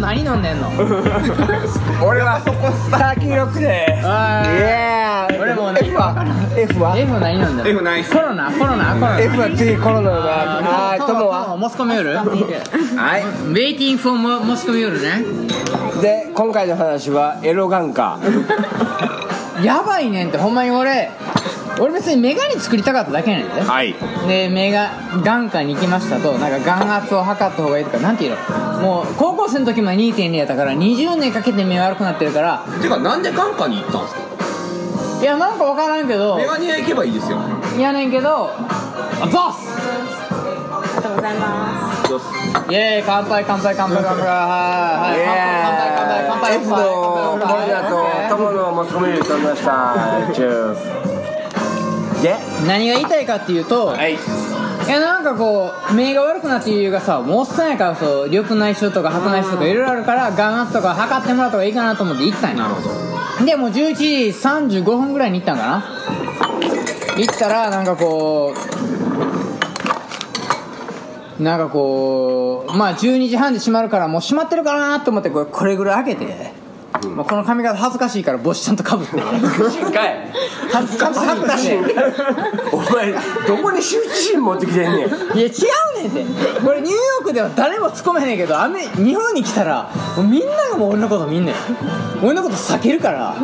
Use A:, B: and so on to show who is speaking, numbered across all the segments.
A: 何飲んでんの
B: 俺はそこスター記録で
A: あ
B: イ
A: ー
B: エーイ
A: 俺もね
B: F は F は
A: F 何飲んでんの
B: F ないっす
A: コロナコロナコロナ
B: F は次コロナだ
A: あ
B: はい
A: ー
B: 友は
A: モスコミュール
B: はい
A: ウェイティングフォーモモスコミュールね
B: で今回の話はエロ眼科
A: やばいねんってほんまに俺俺別にメガネ作りたかっただけやねんで
B: はい
A: で目が眼科に行きましたとなんか眼圧を測った方がいいとかなんていうのもう高校生の時も2.2やったから20年かけて目悪くなってるから
C: てかなんで眼科に行ったんですか
A: いやなんか分からんけど
C: メガネ屋行けばいいですよ
A: やねんけどあボス
D: りがとうございます
C: どうっす
A: イエーイ乾杯乾杯乾杯乾 杯はいはい乾杯乾杯乾杯乾杯
B: F のコロナと友の持ち込みをいただきましたチュースで
A: 何が言いたいかっていうと、
B: い
A: いやなんかこう目が悪くなっている理由がさもうおっさんやからそう緑内障とか白内障とかいろいろあるから眼圧とか測ってもらった方がいいかなと思って行ったんや
C: なるほど
A: でもう11時35分ぐらいに行ったんかな行ったらなんかこうなんかこうまあ12時半で閉まるからもう閉まってるかなと思ってこれこれぐらい開けて、もうこの髪型恥ずかしいから帽子ちゃんとかぶ って
B: かい
A: 恥ずかしいか
B: お前どこに羞恥心持ってきてんねん
A: いや違うねんてこれニューヨークでは誰も突っ込めへんけどアメ日本に来たらもうみんながもう俺のこと見んねん俺のこと避けるから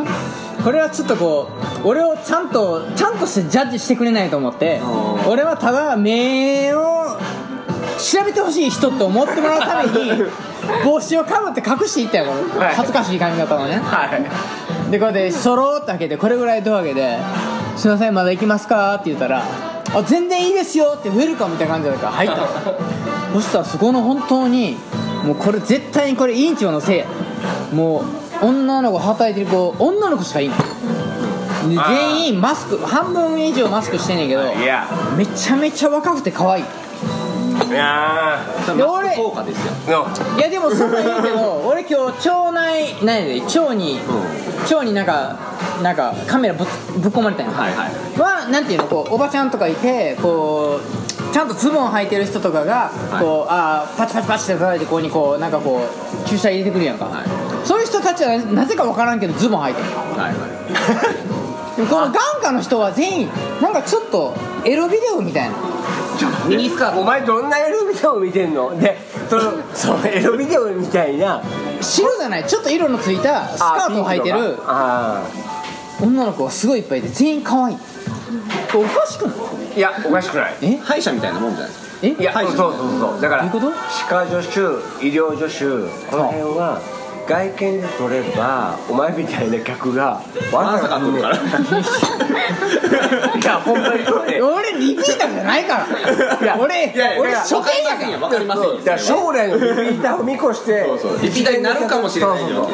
A: これはちょっとこう俺をちゃんとちゃんとしてジャッジしてくれないと思って俺はただ目を調べてほしい人って思ってもらうために帽子をかぶって隠していったよこの
B: はい
A: 恥ずかしい髪型のね
B: はい
A: でこうやってそろーっと開けてこれぐらいドア開けて「すいませんまだ行きますか?」って言ったら「あ全然いいですよ」ってウェルカムみたいな感じだから入ったのそしたらそこの本当にもうこれ絶対にこれ委員長のせいやもう女の子働いてる子女の子しかいないで
B: あー
A: 全員マスク半分以上マスクしてんねんけど
B: いや
A: めちゃめちゃ若くて可愛い
B: いや
C: それ
A: で
C: マス
A: 俺
C: ク効果ですよ
B: ーの
A: いやでもそんな言うけど俺今日腸内何やで腸に腸になんかなんかカメラぶっぶっ込まれたんや
C: はいはい
A: はなんていうのこうおばちゃんとかいてこうちゃんとズボン履いてる人とかが
C: はい
A: こう、あーパチパチパチって叩いてここにこうなんかこう注射入れてくるやんか、そういう人たちはなぜか分からんけどズボン履いてる
C: はいは
A: でもこの眼下の人は全員なんかちょっとエロビデオみたいな
C: ミニスカート
B: お前どんなエロビデオ見てんのでそのそのエロビデオみたいな
A: 白じゃないちょっと色のついたスカートを履いてる
B: あ
A: 女の子がすごいいっぱいいて全員可愛いおかしくない
B: ーいやおかしくない
A: え
C: 歯医者みたいなもんじゃないですか
A: え
B: いや
C: はい
B: そうそうそうだから
A: どういうこと
B: 歯科助手医療助手この辺は外見で取ればお前みたいな客がわ
C: ま
B: ざ
C: さ
B: わざ来
C: か来
B: る
C: る
B: か
C: からら
B: いやほんまにそう で
A: 俺リピーターじゃないから
B: いや
A: 俺
B: いやいや
A: 俺
B: いや
A: 初見やから
C: わかりませんよ
B: だから将来のリピーターを見越して
C: そうそうリピーターになるかもしれない
B: そうそう
C: よ
B: そ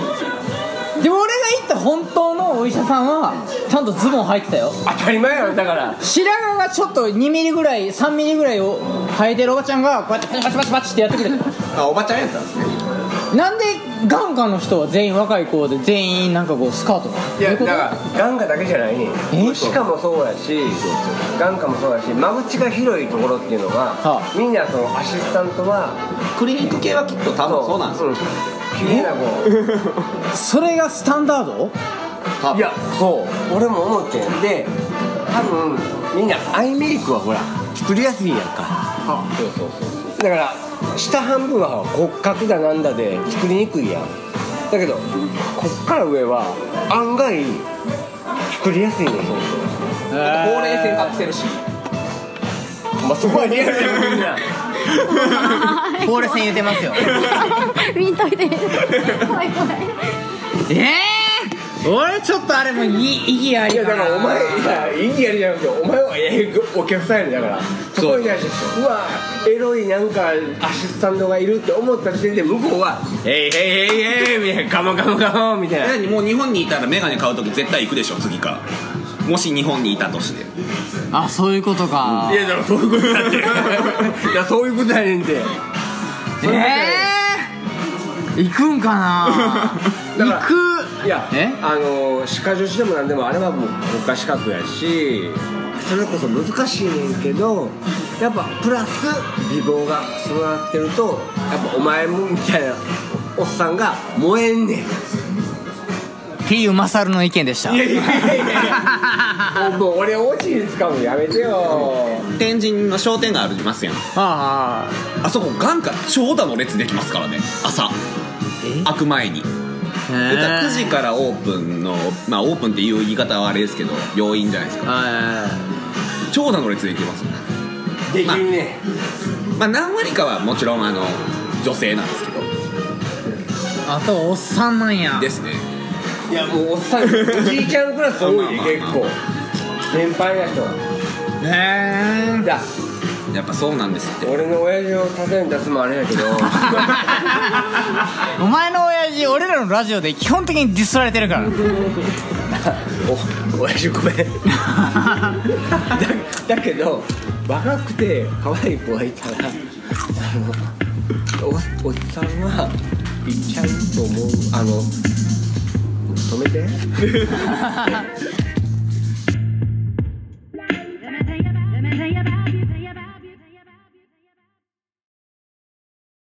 B: う
A: でも俺が行った本当のお医者さんはちゃんとズボン履いてたよ
B: 当たり前やろだから
A: 白髪がちょっと2ミリぐらい3ミリぐらいを生えてるおばちゃんがこうやってパチパチパチパチってやってくれた
C: あおばちゃんやったんですね
A: なんで眼下の人は全員若い子で全員なんかこうスカート
B: いや
A: どううこと
B: だから眼科だけじゃないね
A: え
B: 歯科もそうやし眼科もそうやし間口が広いところっていうの
A: は
B: が
A: あ
B: みんなそのアシスタントは
C: クリニック系はきっと多分そうなんですよ
B: よ綺麗な子
A: それがスタンダード
C: 多分
B: いやそう俺も思ってんで多分みんなアイメイクはほら作りやすいやんか
C: そうそうそう
B: だから下半分は骨格だなんだで作りにくいやんだけどこっから上は案外作りやすいのそう
A: ほ
C: ほうれい線隠せるし
B: まあそこはリアルでみんな
A: ほうれい線言うてますよ
D: 見んといて 怖い怖い
A: ええ俺ちょっとあれもい意義あ
B: い
A: り
B: やだからお前いや意義やりじゃなくてお前はええお客さんやねだからそこに対してうわエロいなんかアシスタントがいるって思った時点で向こうは「えいえいえいえい」みたいな「ガモガモガモ」みたいな
C: 何もう日本にいたらメガネ買う時絶対行くでしょ次からもし日本にいたとして
A: あそういうことか
B: いやだからそういうことだって いやそういうことやねんて
A: ええ行くんかな
B: だから
A: 行く
B: いや
A: え
B: あの歯科助手でもなんでもあれはもう国家資格やしそれこそ難しいねんけどやっぱプラス美貌が備わってるとやっぱお前もみたいなおっさんが燃えんねん
A: ひゆまさるの意見でした
B: いやいやいやもう俺オチに使うのやめてよ
C: 天神の商店街ありますやん
A: ああ
C: あそこ眼下長蛇の列できますからね朝開く前に言ったら9時からオープンのまあオープンっていう言い方はあれですけど病院じゃないですか
A: は
C: 長蛇の列できます
B: できるね
C: まあ何割かはもちろんあの女性なんですけど
A: いあとはおっさんなんや
C: ですね
B: いやもうおっさんおじいちゃんクラス多いね結
C: まあまあ
B: 構年配な人
A: え
B: だ
C: やっぱそうなんですって
B: 俺の親父を例えに出すもあれやけど
A: お前の親父俺らのラジオで基本的にディスられてるから
B: お親父ごめんだだけど若くて可愛い子がいたらあのおおっさんは行っちゃうと思うあの止めて